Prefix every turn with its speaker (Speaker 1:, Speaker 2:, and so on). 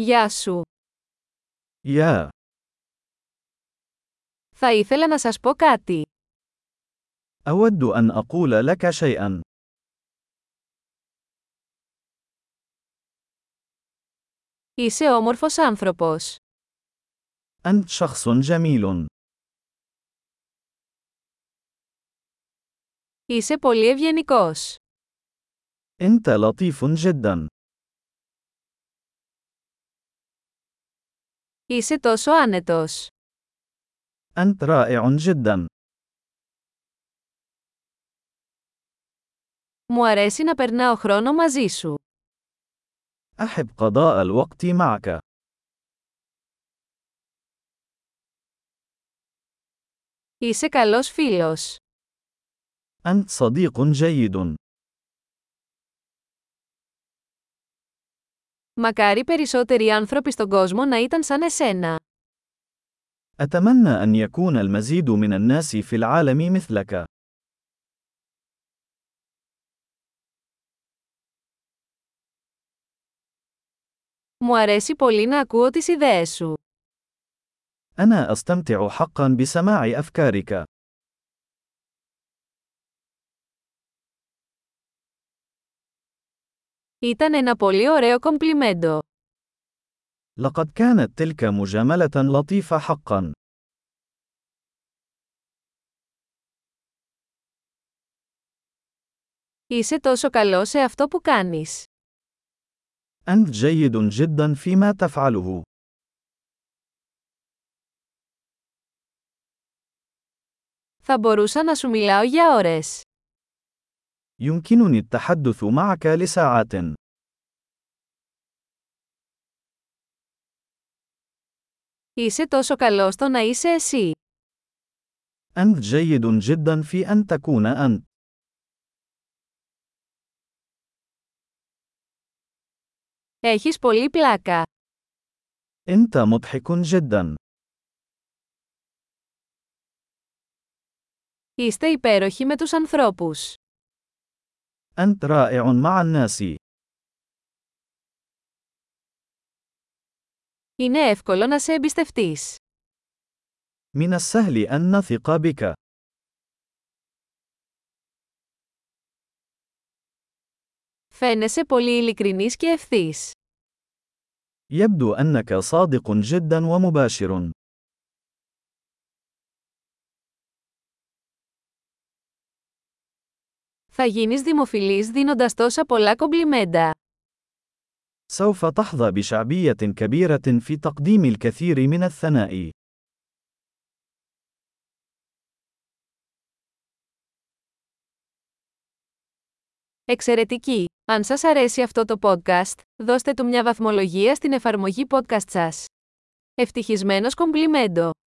Speaker 1: Γεια σου.
Speaker 2: Ja,
Speaker 1: Θα ήθελα να σας πω κάτι.
Speaker 2: أود أن أقول لك شيئا.
Speaker 1: Είσαι όμορφος άνθρωπος.
Speaker 2: أنت شخص جميل.
Speaker 1: Είσαι πολύ ευγενικός.
Speaker 2: أنت لطيف جدا.
Speaker 1: Είσαι τόσο άνετος.
Speaker 2: أنت رائع جدا.
Speaker 1: Μου αρέσει να περνάω χρόνο μαζί σου.
Speaker 2: أحب قضاء الوقت معك.
Speaker 1: Είσαι καλός φίλος.
Speaker 2: أنت صديق جيد.
Speaker 1: Μακάρι περισσότεροι άνθρωποι στον κόσμο να ήταν σαν εσένα.
Speaker 2: أتمنى أن يكون المزيد من الناس في العالم مثلك.
Speaker 1: Μου αρέσει πολύ να ακούω τις ιδέες σου.
Speaker 2: أنا أستمتع حقا بسماع أفكارك.
Speaker 1: Ήταν ένα πολύ ωραίο κομπλιμέντο.
Speaker 2: لقد كانت تلك مجاملة لطيفة حقا.
Speaker 1: Είσαι τόσο καλό σε αυτό που κάνεις.
Speaker 2: أنت جيد جدا فيما تفعله.
Speaker 1: Θα μπορούσα να σου μιλάω για ώρες.
Speaker 2: يمكنني التحدث معك لساعات.
Speaker 1: Είσαι τόσο καλός στο να είσαι εσύ.
Speaker 2: أنت جيد جدا في أن تكون أنت.
Speaker 1: Έχεις πολύ πλάκα.
Speaker 2: أنت مضحك جدا.
Speaker 1: Είστε υπέροχοι με τους ανθρώπους.
Speaker 2: أنت رائع مع الناس.
Speaker 1: Είναι εύκολο να σε εμπιστευτείς.
Speaker 2: من السهل أن نثق بك.
Speaker 1: Φαίνεσαι πολύ ειλικρινής και ευθύς.
Speaker 2: يبدو أنك صادق جدا ومباشر.
Speaker 1: Θα γίνεις δημοφιλής δίνοντας τόσα πολλά κομπλιμέντα.
Speaker 2: سوف تحظى بشعبية كبيرة في تقديم الكثير من الثناء.
Speaker 1: Εξαιρετική! Αν σας αρέσει αυτό το podcast, δώστε του μια βαθμολογία στην εφαρμογή podcast σας. Ευτυχισμένος κομπλιμέντο!